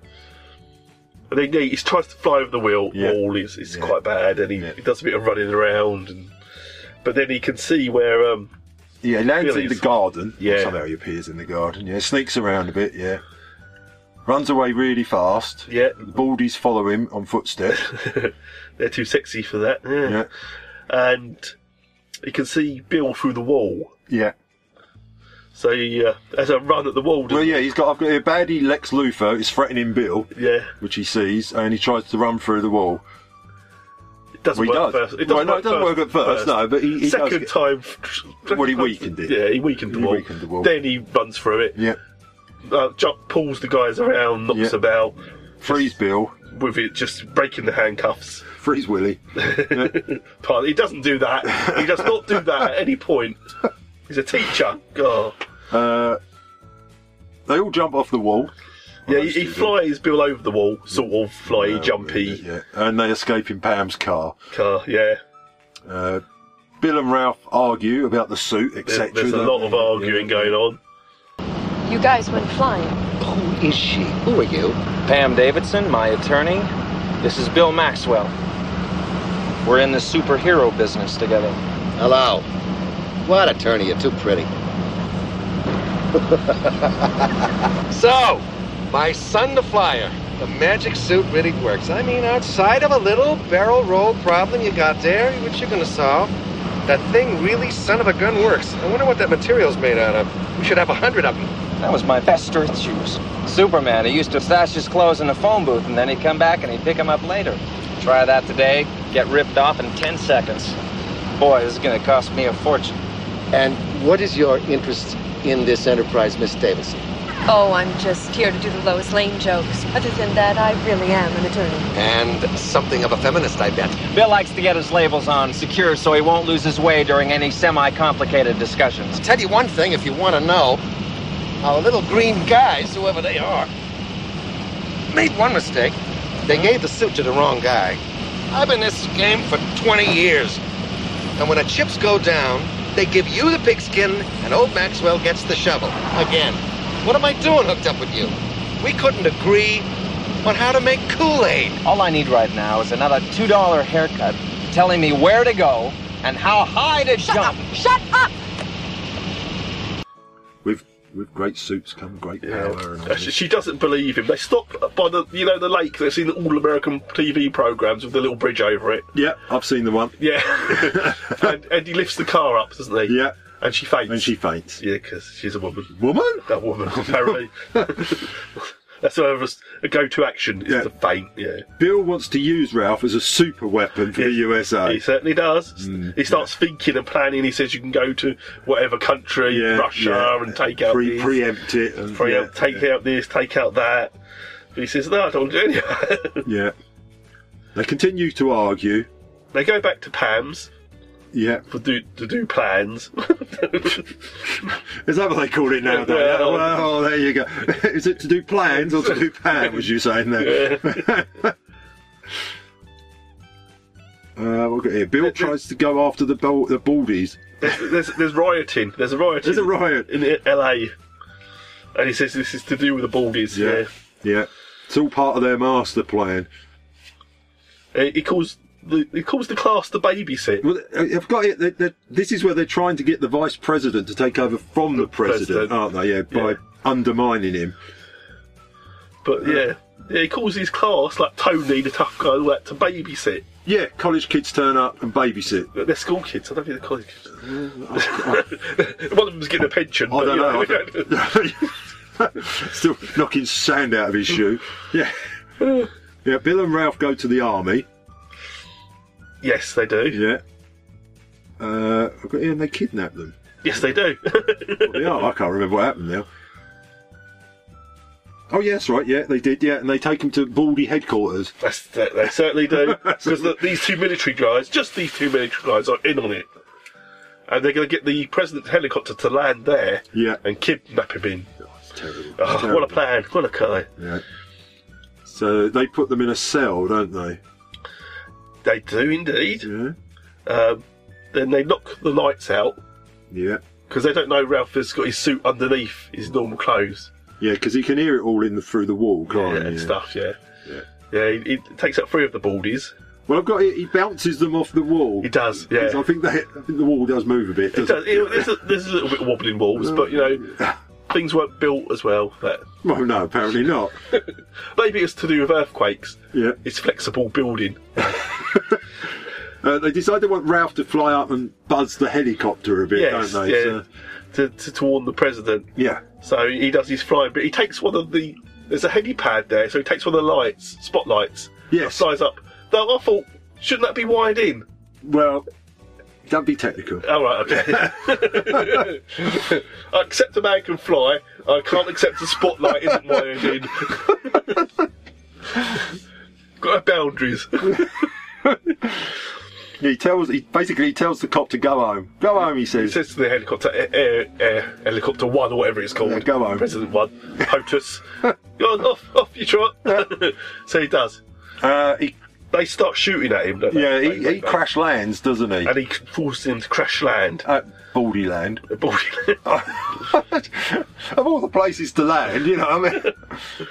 S3: And then yeah, he tries to fly over the wheel
S4: Yeah.
S3: wall. It's, it's quite bad, and he, he does a bit of running around. And, but then he can see where. Um,
S4: Yeah, he lands
S3: Bill
S4: in the
S3: is.
S4: garden.
S3: Yeah.
S4: Somehow he appears in the garden. Yeah, sneaks around a bit. Yeah. Runs away really fast.
S3: Yeah.
S4: The baldies follow him on footsteps.
S3: They're too sexy for that. Yeah. And he can see Bill through the wall.
S4: yeah.
S3: So he uh, has a run at the wall.
S4: Well, yeah, he's got. I've got here. Baddie Lex Luthor is threatening Bill.
S3: Yeah.
S4: Which he sees, and he tries to run through the wall.
S3: It doesn't
S4: Well, he
S3: work
S4: does.
S3: first. It doesn't,
S4: Well, no,
S3: work,
S4: it doesn't
S3: first,
S4: work at first, no, but he- he
S3: Second
S4: does
S3: time.
S4: Well, he weakened it.
S3: Yeah, he weakened the,
S4: He
S3: wall.
S4: weakened the wall.
S3: Then he runs through it.
S4: Yeah.
S3: Uh, jump, pulls the guys around, knocks
S4: Yeah.
S3: about.
S4: Freeze Bill.
S3: With it just breaking the handcuffs.
S4: Freeze Willie.
S3: Pardon, he doesn't do that. He does not do that at any point. He's a teacher. God.
S4: Uh, they all jump off the wall.
S3: Yeah, he, he flies Bill over the wall, sort of fly,
S4: Yeah,
S3: jumpy.
S4: Yeah, and they escape in Pam's car.
S3: Car, yeah.
S4: Uh, Bill and Ralph argue about the suit,
S3: There-
S4: etc.
S3: There's a lot of arguing going on.
S18: You guys went flying.
S17: Who is she? Who are you? Pam Davidson, my attorney. This is Bill Maxwell. We're in the superhero business together.
S19: Hello. What attorney? You're too pretty.
S10: So, my son the flyer. The magic suit really works. I mean, outside of a little barrel roll problem you got there, which you're gonna solve, that thing really son of a gun works. I wonder what that material's made out of. We should have a hundred of them.
S13: That was my best Earth shoes.
S17: Superman, he used to stash his clothes in a phone booth and then he'd come back and he'd pick them up later. Try that today, get ripped off in 10 seconds. Boy, this is gonna cost me a fortune.
S19: And what is your interest in this enterprise, Miss Davidson?
S18: Oh, I'm just here to do the Lois Lane jokes. Other than that, I really am an attorney.
S19: And something of a feminist, I bet.
S17: Bill likes to get his labels on secure so he won't lose his way during any semi complicated discussions.
S19: Tell you one thing if you want to know. Our little green guys, whoever they are, made one mistake. They gave the suit to the wrong guy. I've been in this game for 20 years. And when the chips go down, they give you the pigskin, and old Maxwell gets the shovel. Again. What am I doing hooked up with you? We couldn't agree on how to make Kool Aid.
S17: All I need right now is another $2 haircut telling me where to go and how high to jump.
S18: Shut up!
S4: With with great suits come great power. And all
S3: Uh,
S4: this.
S3: She she doesn't believe him. They stop by the you know the lake that's in all American TV programs with the little bridge over it.
S4: Yeah, I've seen the one.
S3: Yeah, and, and he lifts the car up, doesn't he? Yeah, and she faints. And she
S4: faints.
S3: Yeah, because she's a woman.
S4: Woman?
S3: That woman apparently. that's her a go-to action is to faint. Yeah.
S4: Bill wants to use Ralph as a super weapon for the USA.
S3: He certainly does.
S4: Mm,
S3: he starts thinking and planning. He says you can go to whatever country,
S4: Yeah,
S3: Russia,
S4: yeah.
S3: and take out
S4: Pre-
S3: this,
S4: preempt it. And,
S3: preempt,
S4: yeah,
S3: take out this, take out that. But he says no, I don't do any of that."
S4: yeah. They continue to argue.
S3: They go back to Pam's
S4: Yeah.
S3: for do, to do plans.
S4: Is that what they call it now?
S3: Well- um,
S4: Well, Oh, well, there you go. Is it to do plans or to do pan, was you saying there? uh, what have we got here? Bill tries to go after the, bal- the baldies.
S3: there's, there's, there's rioting. There's a rioting.
S4: There's a riot
S3: in I- LA, and he says this is to do with the Baldies. Yeah,
S4: Yeah. It's all part of their master plan.
S3: Uh, he calls the he calls the class to babysit.
S4: Well, uh, I've got it. that- that- This is where they're trying to get the vice president to take over from the president,
S3: president.
S4: aren't they? Yeah, by undermining him.
S3: But yeah. yeah, he calls his class like Tony the tough guy, all that to babysit.
S4: Yeah, college kids turn up and babysit.
S3: But They're school kids. I don't think they're college kids. One of them's getting a pension.
S4: I
S3: but,
S4: don't
S3: you
S4: know. Still knocking sand out of his shoe. Yeah. Yeah, Bill and Ralph go to the army.
S3: yes, they do.
S4: Yeah. Uh, I've got here and they kidnap them.
S3: Yes, they do.
S4: Yeah, I can't remember what happened now. Oh, yes, right, yeah, they did, yeah, and they take him to Baldy headquarters.
S3: That's, they, they certainly do. Because the, these two military guys, just these two military guys, are in on it. And they're going to get the president's helicopter to land there
S4: Yeah.
S3: and kidnap him in.
S4: terrible.
S3: Oh, What a plan. What a guy.
S4: Yeah. So they put them in a cell, don't they?
S3: They do indeed. Um, then they knock the lights out
S4: Yeah.
S3: because they don't know Ralph has got his suit underneath his normal clothes
S4: Yeah, because he can hear it all in the, through the wall, can't
S3: yeah,
S4: he?
S3: and
S4: Yeah.
S3: stuff, yeah. Yeah, he, he takes out three of the baldies.
S4: Well, I've got it. He bounces them off the wall. He
S3: does, yeah.
S4: I think, they, I think the wall does move a bit.
S3: It
S4: doesn't
S3: does, it, there's, a, there's a little bit of wobbling walls, but you know, things weren't built as well. That
S4: Well, no, apparently not.
S3: Maybe it's to do with earthquakes.
S4: Yeah.
S3: It's flexible building.
S4: Uh, they decide they want Ralph to fly up and buzz the helicopter a bit,
S3: yes,
S4: don't they?
S3: yeah.
S4: So-
S3: To, to, to warn the president.
S4: yeah.
S3: So he does his flying, but he takes one of the. There's a helipad there, so he takes one of the lights, spotlights. Yes. Flies up. Though I thought, shouldn't that be wired in?
S4: Well, don't be technical.
S3: All right, okay. I accept a man can fly. I can't accept a spotlight isn't wired in. Got our boundaries.
S4: He tells. He basically he tells the cop to go home. Go home, he
S3: He
S4: says.
S3: says to the helicopter, air, air, air, helicopter one or whatever it's called. go on. President one, POTUS. Go on, off, off you trot. so he does.
S4: Uh, he,
S3: they start shooting at him, don't they?
S4: Yeah, he,
S3: They-
S4: he
S3: they-
S4: crash lands, doesn't he?
S3: And he forces him to crash land.
S4: At Baldy Land.
S3: Baldy
S4: of all the places to land, you know what I mean?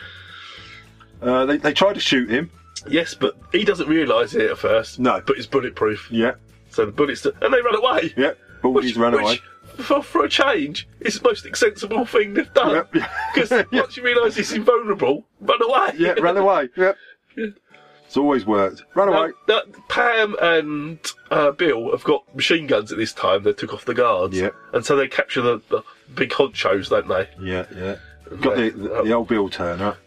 S4: uh, they, they try to shoot him.
S3: Yes, but he doesn't realise it at first. No. But it's bulletproof.
S4: Yeah.
S3: So the bullets. And they run away.
S4: Yeah, Baldy's run away.
S3: Which, for, for a change, it's the most sensible thing they've done. Because once you realise he's invulnerable, run away.
S4: Yeah, run away. Yep. It's always worked. Run away.
S3: Now, Pam and uh, Bill have got machine guns at this time. They took off the guards. Yeah. And so they capture the, the big honchos, don't they?
S4: Yeah, yeah. Got the, the, the old Bill Turner.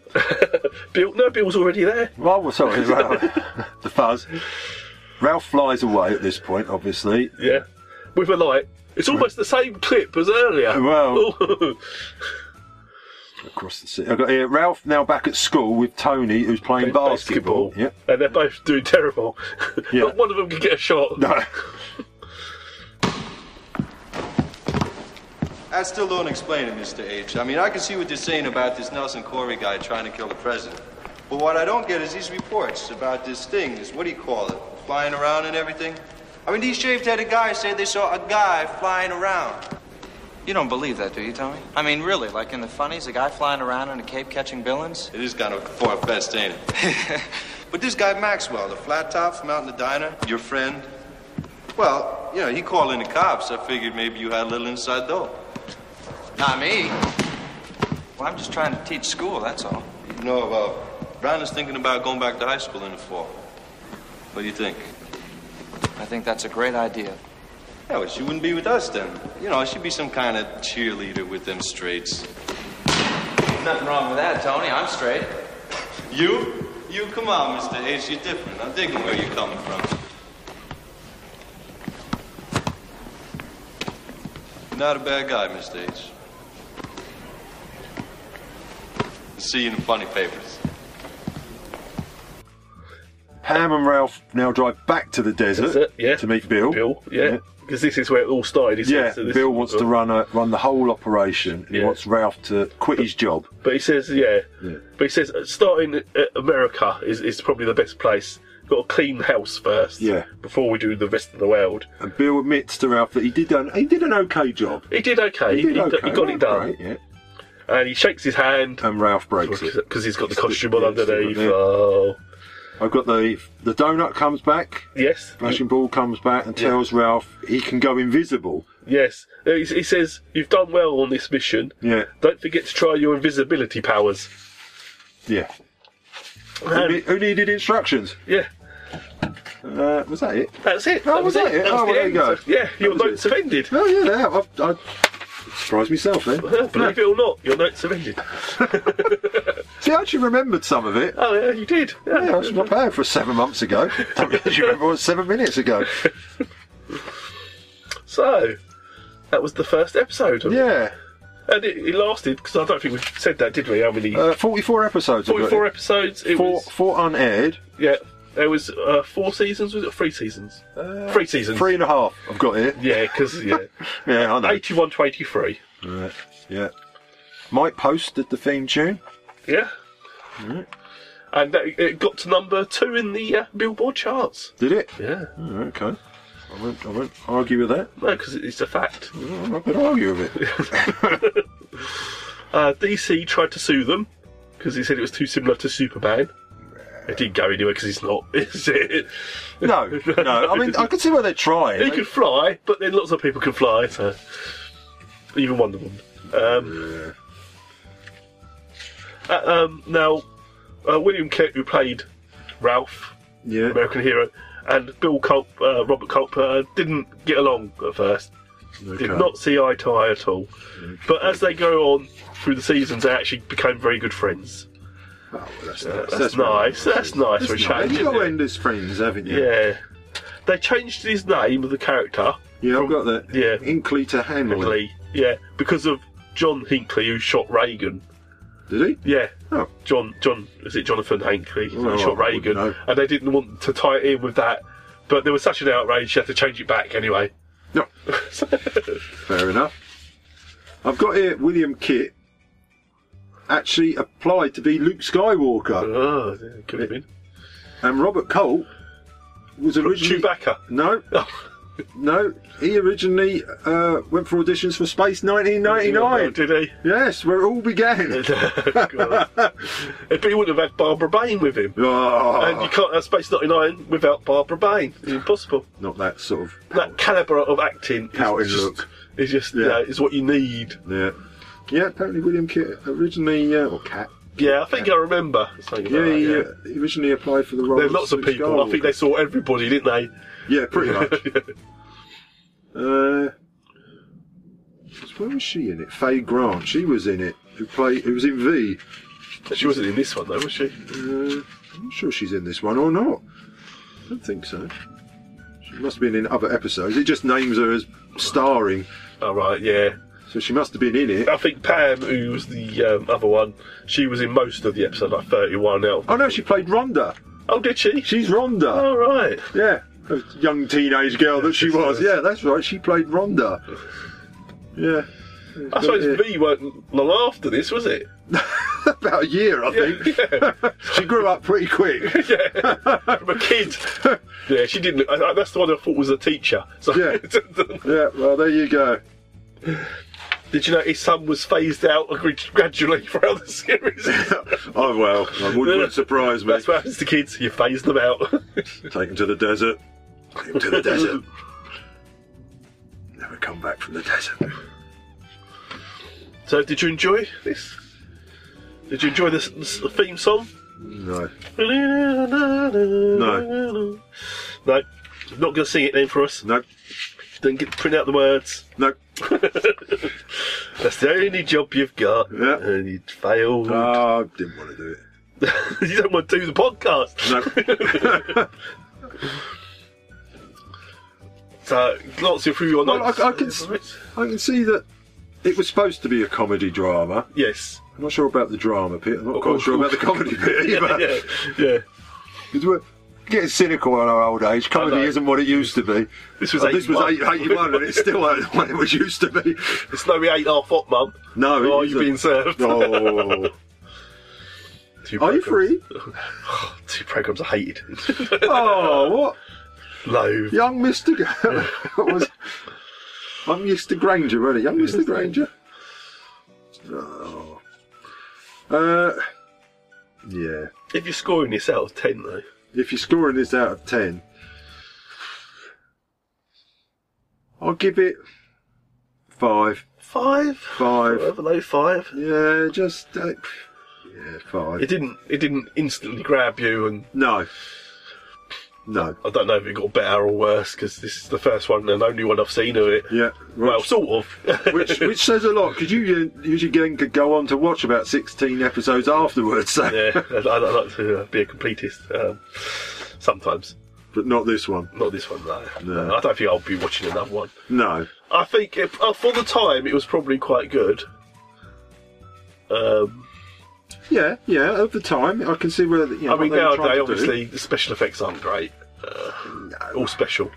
S3: Bill, no, Bill's already there.
S4: Oh, well, sorry, Ralph. the fuzz. Ralph flies away at this point, obviously.
S3: Yeah, with a light. It's almost the same clip as earlier.
S4: Well. Across the sea. I've got here Ralph now back at school with Tony, who's playing basketball.
S3: basketball. And they're both doing terrible.
S4: Yeah.
S3: Not one of them can get a shot.
S4: No.
S20: I still don't explain it, Mr. H. I mean, I can see what they're saying about this Nelson Corey guy trying to kill the president. But what I don't get is these reports about this thing, this, what do you call it, flying around and everything? I mean, these shaved headed guys say they saw a guy flying around.
S7: You don't believe that, do you, Tommy? I mean, really, like in the funnies, a guy flying around in a cape catching villains?
S20: It is kind of far fetched, ain't it? but this guy Maxwell, the flat top from out in the diner, your friend, well, you know, he called in the cops. I figured maybe you had a little inside dope.
S7: Not me. Well, I'm just trying to teach school, that's all.
S20: No, well, uh, Brown is thinking about going back to high school in the fall. What do you think?
S7: I think that's a great idea.
S20: Yeah, well, she wouldn't be with us then. You know, she'd be some kind of cheerleader with them straights.
S7: Nothing wrong with that, Tony. I'm straight.
S20: You? You, come on, Mr. H, you're different. I'm digging where you're coming from. Not a bad guy, Mr. H. See you in the funny papers.
S4: Pam and Ralph now drive back to the desert
S3: Desert, yeah.
S4: to meet Bill.
S3: Bill, yeah. Because this is where it all started, isn't
S4: Yeah,
S3: it? So this-
S4: Bill wants to run a, run the whole operation. He
S3: Yeah.
S4: wants Ralph to quit his job.
S3: But he says, yeah. But he says, uh, starting at America is, is probably the best place. Got to clean the house first.
S4: Yeah.
S3: Before we do the rest of the world.
S4: And Bill admits to Ralph that he did an he did an okay job.
S3: He did okay.
S4: He did
S3: d-
S4: okay.
S3: he got it done.
S4: Great, yeah.
S3: And he shakes his hand.
S4: And Ralph breaks it
S3: because he's got the costume on
S4: Yeah,
S3: underneath.
S4: yeah.
S3: Oh.
S4: I've got the the donut comes back.
S3: Yes.
S4: Flashing ball comes back and tells Ralph he can go invisible.
S3: Yes. Uh, He, he says, You've done well on this mission.
S4: Yeah,
S3: Don't forget to try your invisibility powers.
S4: yeah. Who,
S3: And-
S4: ne- who needed instructions?
S3: yeah.
S4: Uh, was that it?
S3: That's it.
S4: Oh, was that it?
S3: That was
S4: oh, well,
S3: the
S4: there you
S3: end.
S4: go.
S3: So, yeah, your
S4: That was
S3: notes have ended.
S4: Oh, yeah, they have. I've, I surprised myself then.
S3: Believe it or not, your notes have ended.
S4: See, I actually remembered some of it.
S3: Oh, yeah, you did.
S4: Yeah, I was not bad for seven months ago. I don't really remember what seven minutes ago.
S3: So, that was the first episode. Of
S4: Yeah.
S3: And it, it lasted, because I don't think we said that, did we? How many?
S4: Uh, 44 episodes. I've got
S3: 44
S4: it.
S3: episodes. It
S4: Four,
S3: was,
S4: four unaired.
S3: yeah, there was uh, four seasons, was it? Three seasons. three seasons.
S4: Uh, Three and a half I've got here.
S3: Yeah, because, yeah.
S4: yeah, I know.
S3: 81 to 83.
S4: Right, yeah. Mike Post did the theme tune.
S3: Yeah.
S4: Mm-hmm.
S3: And that, it got to number two in the uh, Billboard charts.
S4: Did it?
S3: Yeah.
S4: Oh, okay. I won't, I won't argue with that.
S3: No, because it's a fact.
S4: I'm not going to argue with it.
S3: Uh, DC tried to sue them because he said it was too similar to Superman. It didn't go anywhere because it's not, is it?
S4: No, no. I mean, I can see where they're trying.
S3: He could fly, but then lots of people can fly, so. Even Wonder Woman. Um, uh, um, now, uh, William Kent, who played Ralph,
S4: Yeah.
S3: American hero, and Bill Culp, uh, Robert Culp, uh, didn't get along at first. Did
S4: Okay.
S3: not see eye to eye at all. But as they go on through the seasons, they actually became very good friends.
S4: Oh, that's,
S3: Uh, that's nice. That's nice for a change,
S4: You've
S3: isn't
S4: got
S3: it?
S4: Ender's friends, haven't you?
S3: Yeah. They changed his name of the character.
S4: Yeah, I've got that.
S3: Yeah.
S4: Hinkley to Hanley.
S3: Hinkley. Yeah, because of John Hinkley who shot Reagan.
S4: Did
S3: he? Yeah.
S4: Oh.
S3: John John is it Jonathan Hinkley
S4: Oh,
S3: who shot
S4: I
S3: Reagan. And they didn't want to tie it in with that. But there was such an outrage she had to change it back anyway.
S4: No. Fair enough. I've got here William Kit actually applied to be Luke Skywalker.
S3: Oh, yeah, could have been.
S4: And Robert Colt was originally.
S3: Chewbacca. Oh.
S4: No. no. He originally uh, went for auditions for Space 1999.
S3: Did he?
S4: Yes, where it all began.
S3: But he wouldn't have had Barbara Bain with him.
S4: Oh.
S3: And you can't have Space 99 without Barbara Bain. It's impossible.
S4: Not that sort of.
S3: That calibre of acting
S4: Pouting
S3: is just,
S4: look.
S3: is just, you
S4: Yeah.
S3: know, is what you need.
S4: Yeah. Yeah, apparently William Kit originally. Uh, or Cat.
S3: Yeah, I think I remember. something
S4: Yeah,
S3: about that,
S4: he uh, originally applied for the role.
S3: There's
S4: of
S3: lots of
S4: Luke
S3: people. I think
S4: Skywalker.
S3: they saw everybody, didn't they?
S4: Yeah, pretty much. Uh, Where was she in it? Faye Grant. She was in it. Who played? Who was in V?
S3: She wasn't in this one though, was she?
S4: Uh, I'm not sure she's in this one or not. I don't think so. She must have been in other episodes. It just names her as starring.
S3: Oh right, yeah.
S4: So she must have been in it.
S3: I think Pam, who was the um, other one, she was in most of the episode, like 31 out.
S4: Oh no, she played Rhonda.
S3: Oh, did she?
S4: She's Rhonda.
S3: All right.
S4: Yeah, a young teenage girl that she was. Yeah, that's right. She played Rhonda. Yeah.
S3: I suppose V weren't long after this, was it?
S4: About a year, I think. she grew up pretty quick.
S3: yeah, from a kid. Yeah, she didn't. Look, I, I- that's the one I thought was a teacher. So
S4: Yeah. yeah. Well, there you go.
S3: Did you know his son was phased out grad- gradually throughout the series?
S4: oh well, I wouldn't surprise me.
S3: That's what happens to kids. You phase them out.
S4: Take them to the desert. Take them to the desert. Never come back from the desert.
S3: so, did you enjoy this? Did you enjoy this, this theme song?
S4: No.
S3: No. No. Not going to sing it then for us.
S4: No.
S3: Then get, print out the words.
S4: No.
S3: That's the only job you've got. Yeah. And you failed.
S4: Oh, I didn't want to do it.
S3: you don't want to do the podcast. No. so, glancing through your
S4: Well,
S3: notes.
S4: I, I can s- I can see that it was supposed to be a comedy drama.
S3: Yes.
S4: I'm not sure about the drama bit. I'm not quite sure about the comedy bit
S3: Yeah,
S4: either.
S3: yeah, yeah.
S4: 'Cause we're getting cynical in our old age. Comedy isn't what it used to be.
S3: This was
S4: And this was
S3: 81.
S4: 81 and it's still ain't what it was used to be.
S3: It's no, we ain't half hot, mum.
S4: No,
S3: Oh,
S4: it
S3: you've
S4: isn't.
S3: been served.
S4: Oh. Are you free?
S3: Two programs I hated.
S4: Oh, what?
S3: Loathe.
S4: Young Mr. G- what was I'm Mr. Granger, wasn't it? Young Mr. Granger. Oh. Uh, yeah.
S3: If you're scoring this out of 10, though,
S4: If you're scoring this out of 10, I'll give it five.
S3: Five?
S4: Five.
S3: Whatever, low five.
S4: Yeah, just. Uh, yeah, five.
S3: it didn't it didn't instantly grab you and
S4: no no
S3: i don't know if it got better or worse because this is the first one and only one i've seen of it
S4: yeah
S3: well sort of
S4: which which says a lot because you usually get, could go on to watch about 16 episodes afterwards so.
S3: yeah I, I like to uh, be a completist um, sometimes
S4: but not this one
S3: not this one though
S4: No.
S3: i don't think i'll be watching another one
S4: no
S3: i think it, uh, for the time it was probably quite good um,
S4: yeah yeah at the time i can see where the, you know,
S3: i mean
S4: what they were trying
S3: nowadays
S4: to do.
S3: obviously the special effects aren't great uh, all special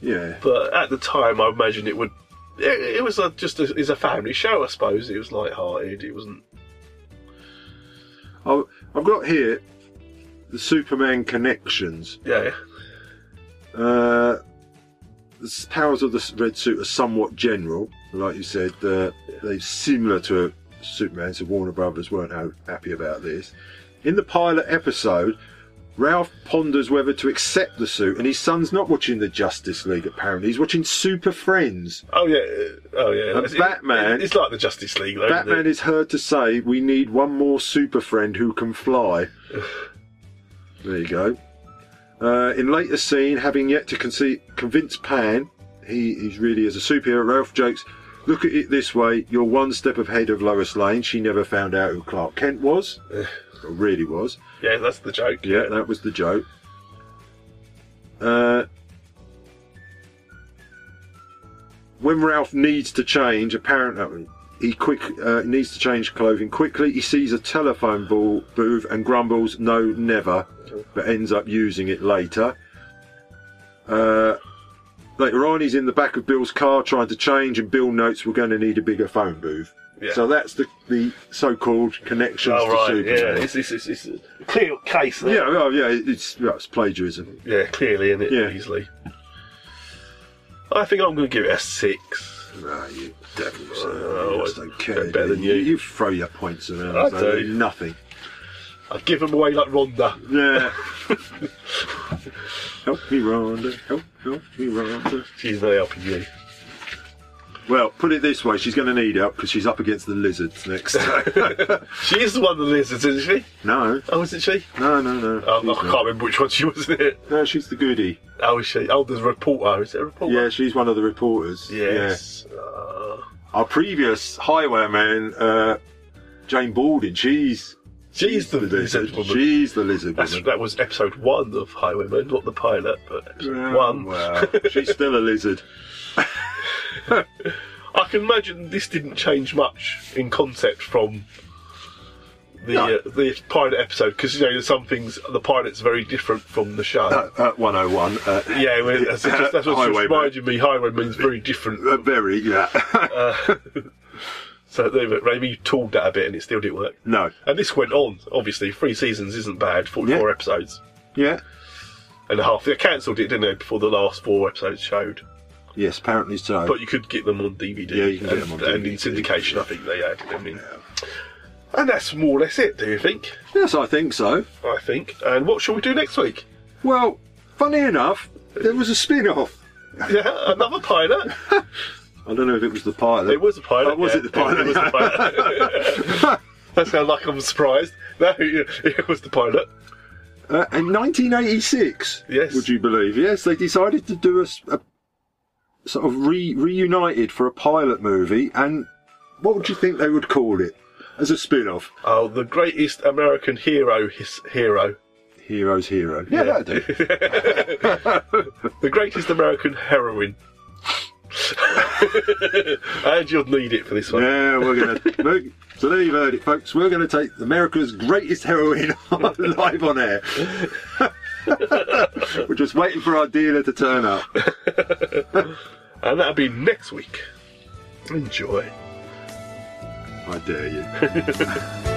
S4: yeah
S3: but at the time, I imagine it would. It, it was a, just a, it's a family show, I suppose. It was light-hearted. It wasn't.
S4: I, i've got here the superman connections
S3: Yeah,
S4: uh the s- powers of the s- red suit are somewhat general like you said uh, they're similar to superman so warner brothers weren't ho- happy about this in the pilot episode Ralph ponders whether to accept the suit, and his son's not watching the Justice League. Apparently, he's watching Super Friends.
S3: Oh yeah. uh, Oh yeah.
S4: And
S3: It's- it-
S4: Batman-
S3: it's like the Justice League, though.
S4: Batman
S3: isn't it?
S4: is heard to say, "We need one more super friend who can fly." there you go. Uh, in later scene, having yet to conce- convince Pan, he he's really is a superhero. Ralph jokes, "Look at it this way: you're one step ahead of Lois Lane. She never found out who Clark Kent was, or really was."
S3: Yeah, that's the joke. Oh,
S4: Yeah, that was the joke. Uh, when Ralph needs to change, apparently he quick uh, needs to change clothing quickly. He sees a telephone ball, booth and grumbles, "No, never," but ends up using it later. Uh, later on, he's in the back of Bill's car trying to change, and Bill notes we're going to need a bigger phone booth.
S3: Yeah.
S4: So that's the, the so-called connections
S3: Oh
S4: to
S3: right.
S4: Superman.
S3: Yeah. It's, it's, it's, it's a clear case.
S4: Yeah,
S3: There.
S4: well, yeah, it's, yeah, it's plagiarism.
S3: Yeah. Clearly, in it
S4: Yeah.
S3: easily. I think I'm going to give it a six.
S4: No, you definitely
S3: Oh,
S4: you
S3: I
S4: just don't care.
S3: better
S4: do
S3: than
S4: you.
S3: you.
S4: You throw your points around.
S3: I
S4: so
S3: do.
S4: Nothing.
S3: I give them away like Rhonda.
S4: Yeah. help me, Rhonda. Help, help me, Rhonda.
S3: She's not helping you.
S4: Well, put it this way, she's going to need help because she's up against the lizards next.
S3: she is the one of the lizards, isn't she?
S4: No.
S3: Oh, isn't she?
S4: No, no, no.
S3: Oh, I can't remember which one she was in it.
S4: No, she's the goody.
S3: Oh, is she? Oh, there's a reporter. Is it a reporter?
S4: Yeah, she's one of the reporters.
S3: Yes. uh,
S4: Yeah. Our previous highwayman, uh, Jane Balding, she's.
S3: She's the lizard woman.
S4: She's the lizard
S3: That's,
S4: woman.
S3: that was episode one of Highwaymen, not the pilot, but episode one.
S4: Well, Uh, she's still a lizard.
S3: I can imagine this didn't change much in concept from the
S4: No.
S3: uh, the pilot episode because you know there's some things the pilot's very different from the show.
S4: Uh, uh, 101. Uh,
S3: yeah, well, that's, just, that's what's
S4: Highwayman.
S3: reminding me. Highwayman's very different.
S4: very, yeah.
S3: uh, so they, maybe you tooled that a bit and it still didn't work.
S4: No.
S3: And this went on, obviously. Three seasons isn't bad, 44 episodes
S4: Yeah.
S3: and a half. They cancelled it, didn't they, before the last four episodes showed.
S4: Yes, apparently so.
S3: But you could get them on DVD.
S4: Yeah, you can get
S3: and,
S4: them on
S3: and in syndication, I think they had them in. And that's more or less it, do you think?
S4: Yes, I think so.
S3: I think. And what shall we do next week?
S4: Well, funny enough, there was a spin off.
S3: Yeah, another pilot.
S4: I don't know if it was the pilot.
S3: It was a pilot.
S4: Oh, was
S3: yeah.
S4: it the pilot?
S3: It was the pilot. that sounds like I'm surprised. No, it was the pilot.
S4: Uh, in 1986,
S3: yes,
S4: would you believe? Yes, they decided to do a, s- a sort of re, reunited for a pilot movie, and what would you think they would call it as a spin-off?
S3: Oh, the greatest American hero, his hero.
S4: Hero's hero. Yeah, that'd do.
S3: the greatest American heroine. and you'll need it for this one.
S4: Yeah, we're gonna. we're- so there you've heard it, folks. We're gonna take America's greatest heroine on- live on air. we're just waiting for our dealer to turn up.
S3: and that'll be next week. Enjoy.
S4: I dare you.